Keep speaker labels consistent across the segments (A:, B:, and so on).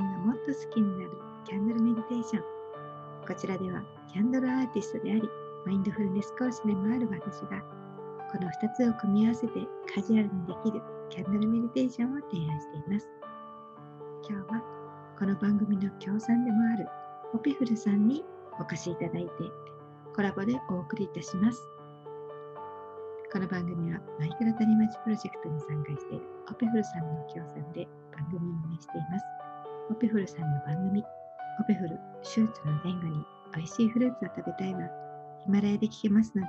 A: 好きになるキャンドルメディテーションこちらではキャンドルアーティストでありマインドフルネス講師でもある私がこの2つを組み合わせてカジュアルにできるキャンドルメディテーションを提案しています今日はこの番組の協賛でもあるポピフルさんにお越しいただいてコラボでお送りいたしますこの番組はマイクロ谷町プロジェクトに参加しているオペフルさんの協賛で番組を運営しています。オペフルさんの番組、オペフル手術の前後に美味しいフルーツを食べたいはヒマラヤで聞けますので、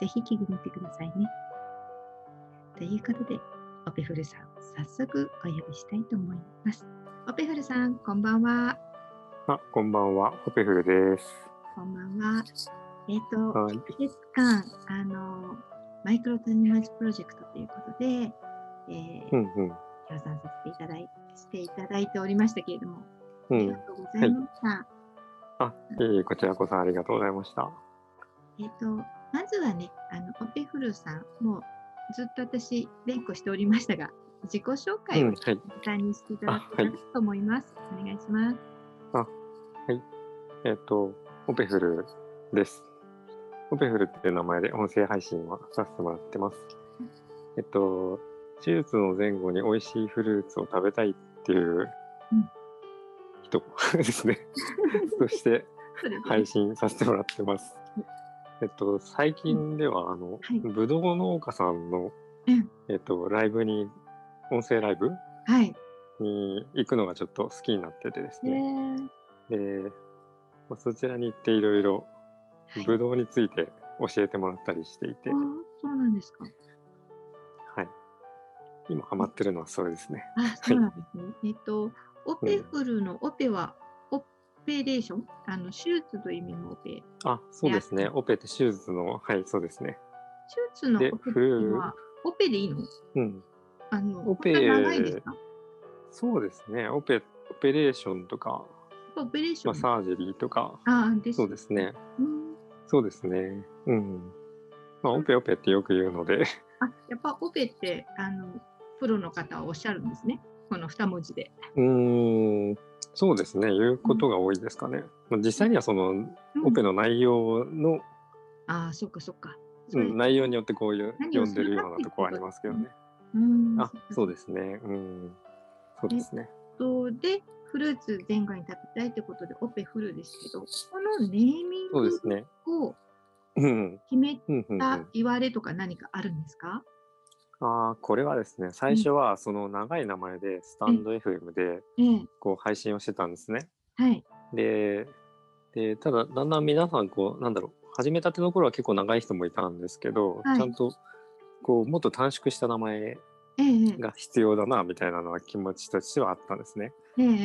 A: ぜひ聞きに行ってくださいね。ということで、オペフルさん、早速お呼びしたいと思います。オペフルさん、こんばんは。
B: あ、こんばんは、オペフルです。
A: こんばんは。えっ、と、
B: はい、
A: 1月間、あの、マイクロ谷町プロジェクトということで、えー
B: うんうん、
A: 協賛させていただいしていただいておりましたけれども、
B: う
A: ありが
B: ん、
A: とうございました。
B: あ、いえいえこちらこそありがとうございました。
A: えっ、とまずはね、あのオペフルさんもうずっと私連呼しておりましたが、自己紹介
B: うん、
A: を
B: はい、
A: 簡単にしていただけたらと思います。お願いします。
B: えっ、と、オペフルです。オペフルっていう名前で音声配信はさせてもらってます。えっと、手術の前後に美味しいフルーツを食べたいってい
A: う
B: う
A: ん
B: 人で すね。そして、
A: それで
B: 配信させてもらってます。えっと、最近では、あの、
A: はい
B: ぶどう農家さんの
A: うん、
B: えっと、ライブに、音声ライブ
A: はい。
B: に行くのがちょっと好きになっててです
A: え
B: ね。
A: ー
B: で、まあそちらに行っていろいろ、
A: はい、
B: ぶどうについて教えてもらったりしていて、
A: あーそうなんですか。
B: はい。今ハマってるのはそれですね。
A: あ、そうなんですね。えっと、オペフルのオペは、オペレーションあの手術という意味のオペ。
B: あ、そうです
A: い
B: ね
A: や。
B: オペって手術の、はい、そうですね。
A: 手術のオペ
B: で
A: って
B: フ
A: いう
B: ル
A: のは、オペでいいの
B: うん。
A: あの
B: オペ
A: こんな長いんですか
B: そうですね。オペ、オペレーションとか、
A: オペレーショ
B: ま
A: ン
B: あ、サージェリーとか、
A: あーです
B: そうですね。
A: うん
B: そうですね。うん。まあ、オペオペってよく言うので、
A: あやっぱオペってあのプロの方はおっしゃるんですねこの二文字で。
B: うーん、そうですね。言うことが多いですかね。まあ、実際にはその、
A: うん
B: オペの内容の、
A: ああそっかそっか。そ
B: うん
A: れ
B: 内容によってこういう
A: 何を
B: 読
A: す
B: ん
A: る
B: でる
A: か
B: ようなとこはありますけどね。
A: うん
B: あ、そう
A: で
B: ですね。うん、そうですね。
A: す。とでフルーツ前後に食べたいということでオペフルですけどこのネーミン
B: そうです
A: グ
B: ね。
A: を
B: うん、
A: 決め
B: うん、うん。うん
A: た言われとか何かあるんですか、
B: ああ、これはですね、最初はその長い名前でスタンド FM で
A: ええ
B: こう配信をしてたんですね。
A: はい。
B: で、でただ、だんだん皆さん、こう、なんだろう、始めたての頃は結構長い人もいたんですけど、
A: はい
B: ちゃんと、こう、もっと短縮した名前
A: ええ
B: が必要だな、みたいなのは気持ちとしてはあったんですね。
A: ええええ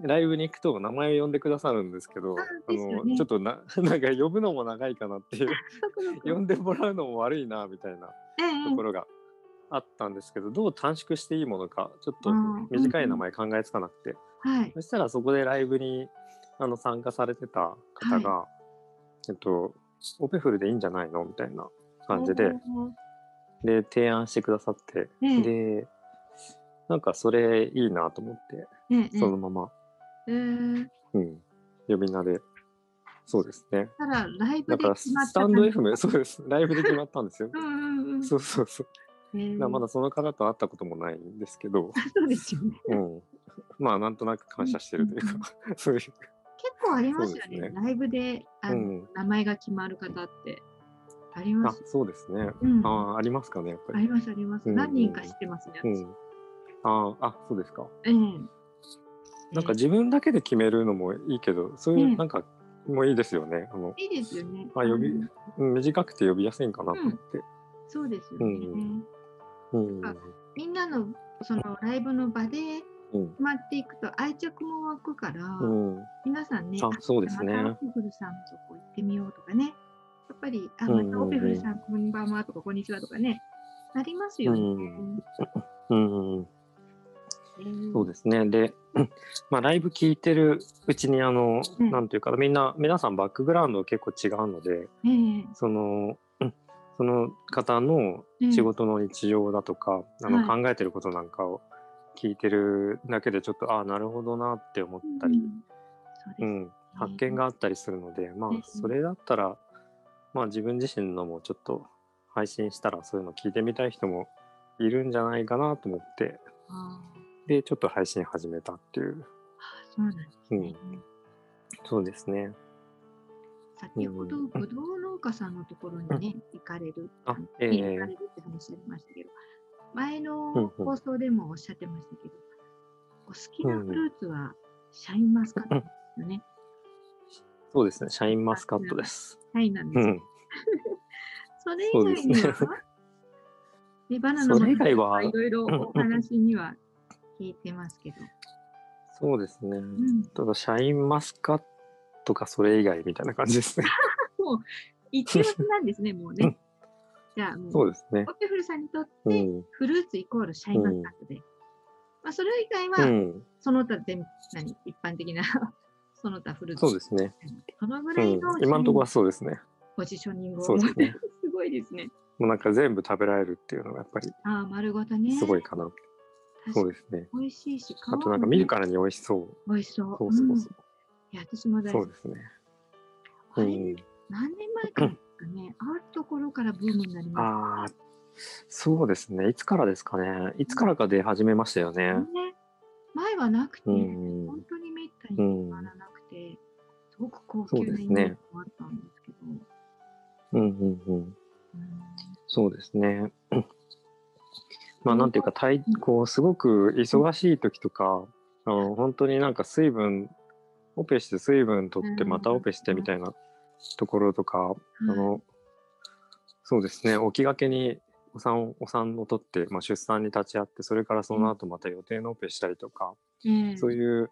B: で、ライブに行くと名前を呼んでくださるんですけど、
A: あ
B: あ
A: ですよ
B: の、
A: ね
B: ちょっとな、 なんか呼ぶのも長いかなっていう、
A: そっかそっか
B: 呼んでもらうのも悪いな、みたいな
A: ええええ
B: ところがあったんですけど、どう短縮していいものか、ちょっと
A: うん
B: 短い名前考えつかなくて、
A: はい
B: そしたらそこでライブにあの参加されてた方が、えっと、オペフルでいいんじゃないのみたいな感じで、
A: おー
B: で、提案してくださって、
A: ええ
B: で、なんかそれいいなと思って、
A: ええええ
B: そのまま、
A: えー
B: うん、呼び名で、そうですね。
A: たらライブ
B: だ
A: で
B: から、
A: 決まった
B: スタンド
A: 感じ
B: FM、そう です。ライブで決まったんです よ
A: う。んうんうん。
B: そうそうそう。
A: えー
B: だからまだその方と会ったこともないんです けど、
A: そうですよね。
B: うん。まあ、なんとなく感謝してるという
A: うん
B: か、 そういう、
A: 結構ありますよ
B: そうで
A: ね。
B: す
A: ライブであ
B: う
A: の、
B: ん。
A: 名前が決まる方ってありま
B: あ
A: す。、
B: そうですね。
A: うん、
B: あ
A: あ
B: あ、ありますかね、やっぱ
A: り
B: り。
A: ますあります。
B: うん
A: 何人か知ってますね。
B: う
A: 私
B: ん。ああ、あ、そうですか。
A: ええ
B: なん
A: え
B: か
A: え
B: 自分だけで決めるのもいいけど、そういうう、
A: ん
B: なんか、もういいですよね。あの、
A: いいですよね。
B: あ呼び
A: うん
B: うん短くて呼びやすいんかなと思って。
A: そうですよね。
B: うんうん。
A: あみんなのそのライブの場で決
B: うん。
A: まっていくと愛着も湧くから、
B: うん。
A: 皆さんね、
B: あそうですね
A: またオペフルさんのとこ行ってみようとかね。やっぱり、あ、またオペフルさんこんばんはとかこんにちはとかね。なりますよね。
B: うんうん。
A: ええ
B: そうですね。で、 まあ、ライブ聞いてるうちに、あの、
A: うん
B: なんていうか、みんな、皆さんバックグラウンド結構違うので、
A: ええ
B: その、うんその方の
A: ええ
B: 仕事の日常だとか、あ
A: はい
B: の考えてることなんかを聞いてるだけでちょっとああなるほどなって思ったり、
A: そうで
B: う
A: す、
B: ん発見があったりするので、まあ
A: うん
B: それだったらまあ自分自身のもちょっと配信したらそういうの聞いてみたい人もいるんじゃないかなと思って
A: あ
B: でちょっと配信始めたっていう、
A: あそうなんです
B: う
A: ね
B: ん、、そうですね
A: 先ほど
B: うん
A: ぶどう農家さんのところにね、行かれる、
B: あ
A: の
B: ええ
A: 見に行かれるって話ありましたけど、前の
B: うんうん
A: 放送でもおっしゃってましたけど、お好きなフルーツはシャインマスカットですよね。
B: そうですねシャインマスカットです
A: はい、なんで
B: う
A: すよ。
B: ん
A: それ以外に
B: そう
A: は
B: です、
A: ね、バナナの
B: それ以外は
A: 話とかいろいろお話には聞いてますけど、
B: そうですね、
A: うん、
B: ただシャインマスカットかそれ以外みたいな感じです ね
A: 一押しなんですね、もう
B: う
A: ね
B: ん。
A: じゃあもう、
B: そうですね
A: オペフルさんにとって、
B: うん
A: フルーツイコールシャインマスカットで、まあ、それ以外
B: う
A: は、
B: ん
A: その他全何一般的な その他フルーツ
B: そうですね、
A: そのぐ
B: う
A: らい
B: ん
A: の、
B: 今のところはそうですね
A: ポジショニングを
B: そうですね
A: すごいですね。
B: もうなんか全部食べられるっていうのがやっぱり
A: ああ丸ごとね。
B: すごいかな、
A: 確か
B: そう
A: に
B: ですね
A: 美味しいし、
B: あとなんか見る
A: か
B: からに美味しそう
A: 美味しそう。
B: そうそうそ
A: うんいや私も
B: う
A: 大
B: そ
A: 好
B: う
A: き。
B: ですね
A: あれ、
B: うん
A: 何年前からですかね。あるところからブームになりまし
B: ああそうですねいつからですかねいつからか出始めましたよね
A: たね。前はなくて、
B: うん
A: 本当にめった
B: う
A: に
B: ん
A: ならなくて、すごく高
B: そ
A: 級
B: うで
A: な
B: す
A: イ
B: ね
A: メージもあったんですけど。
B: うんうんうん
A: うん
B: そうですねまあなんていうかたいこうすごく忙しい時とかあの本当になんか水分オペして水分取って
A: うん
B: またオペしてみたいなところとかあ
A: はい
B: のそうですね起きがけにお産お産を取って、まあ、出産に立ち会ってそれからその後また予定のオペしたりとか、
A: ええ
B: そういう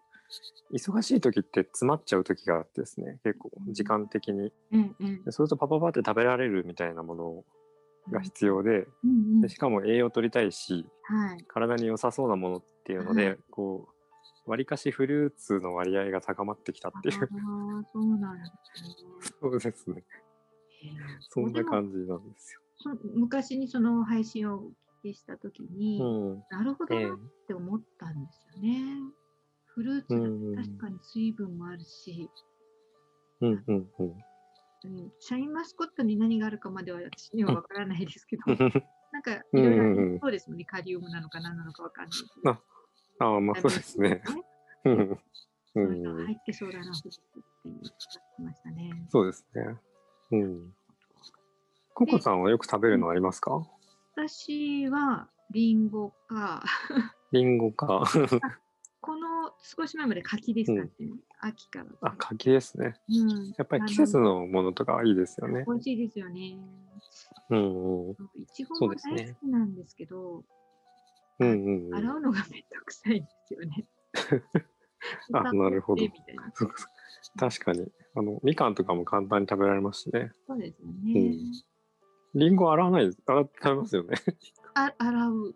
B: 忙しい時って詰まっちゃう時があってですね結構時間的に
A: ええええ
B: でそうするとパパパって食べられるみたいなものが必要で
A: うんうん
B: でしかも栄養取りたいし
A: はい。
B: 体に良さそうなものっていうの
A: は
B: でこう割かしフルーツの割合が高まってきたってい
A: あ
B: う
A: あ、そうなんですね。
B: そうですね
A: へえ
B: そんな
A: でも
B: 感じなんです
A: そ昔にその配信をお聞きしたときに、
B: よ。うん
A: なるほど
B: ええ
A: なって思ったんですよね。フルーツだ
B: うん
A: って確かに水分もあるし、
B: うんうんう
A: う
B: ん
A: ん、シャインマスコットに何があるかまでは私にはわからないですけど、 なんかい
B: うんう
A: ろ
B: んうん
A: いろそうですもんね、カリウムなのか何なのかわかんないけど。
B: あああまあそうですね。
A: ダメ
B: うんう
A: そういうのが
B: ん
A: 入ってそうだな、フルーツっていうのがありましたね。
B: そうですね。うんココさんはよく食べるのありますか
A: 私はリンゴか、
B: リンゴか。
A: この少し前まで柿でしたね、秋から。
B: あ、柿ですね。
A: うん、
B: やっぱり季節のものとかいいですよね。
A: 美味しいですよね。
B: うんうん。
A: いちご
B: そう
A: も
B: です
A: 大
B: ね
A: 好きなんですけど、
B: うんうんうん。。
A: 洗うのがめんどくさいんですよね
B: あなるほど
A: みたいな
B: そうかそうか確かに。あの、みかんとかも簡単に食べられますしね。
A: そうですよね。
B: うんりんご洗わないです。洗って食べますよね。
A: あ洗う。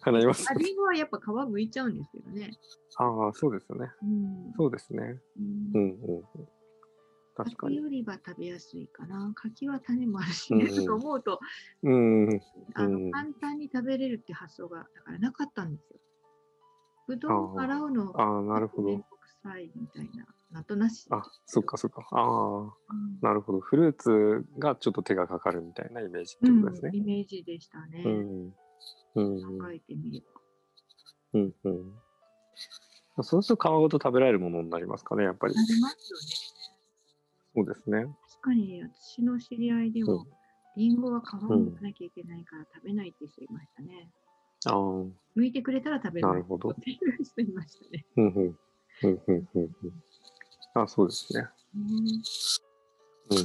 B: 洗います
A: あ。りんごはやっぱ皮剥いちゃうんですけどね。
B: ああ、そうですよね。
A: うん。
B: そうですね。
A: うん
B: うんうんうん。確
A: 柿
B: かに。
A: よりは食べやすいかな。柿は種もあるし
B: うん
A: ね、と思うと、
B: うんうん。
A: あ
B: う
A: の
B: ん
A: 簡単に食べれるって発想がだからなかったんですよ。ぶどうを洗うの
B: ああ、なるほ
A: めん
B: ど
A: ど。くさいみたいな。なんとなし。
B: あ、そっかそっか。あ
A: うん
B: あ、なるほど。フルーツがちょっと手がかかるみたいなイメージってことです
A: うん、
B: ね。
A: イメージでしたね。
B: うん。うんうん。
A: 考えてみれば。
B: うんうん。そうすると皮ごと食べられるものになりますかね、やっぱり
A: な。りますよね。
B: そうですね。
A: 確かに私の知り合いで
B: う
A: も
B: ん、
A: リンゴは皮を剥かなきゃいけないから食べないっていう人いましたね。
B: ああ。うん
A: 剥いてくれたら食べる。
B: なるほど
A: っていう人いましたね。
B: うん。うんうんうんうん。あそうですね。
A: うん
B: うん。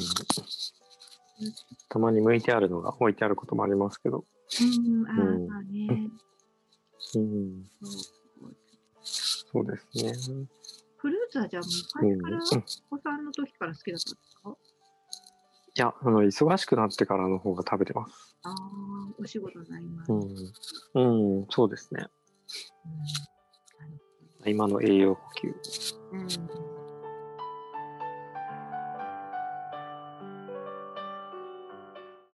B: たまに剥いてあるのが置いてあることもありますけど。
A: うん、あ
B: う
A: ー
B: ん
A: まあね。
B: うん。
A: そう
B: そうですね。
A: フルーツはじゃあもう
B: うん。
A: 最
B: い
A: 初から、お子さんの時から好きだったんですか
B: や、あの、忙しくなってからの方が食べてます。
A: ああ、お仕事になります。
B: う
A: うん
B: ん。うん、そうですね。今の栄養補給。
A: うん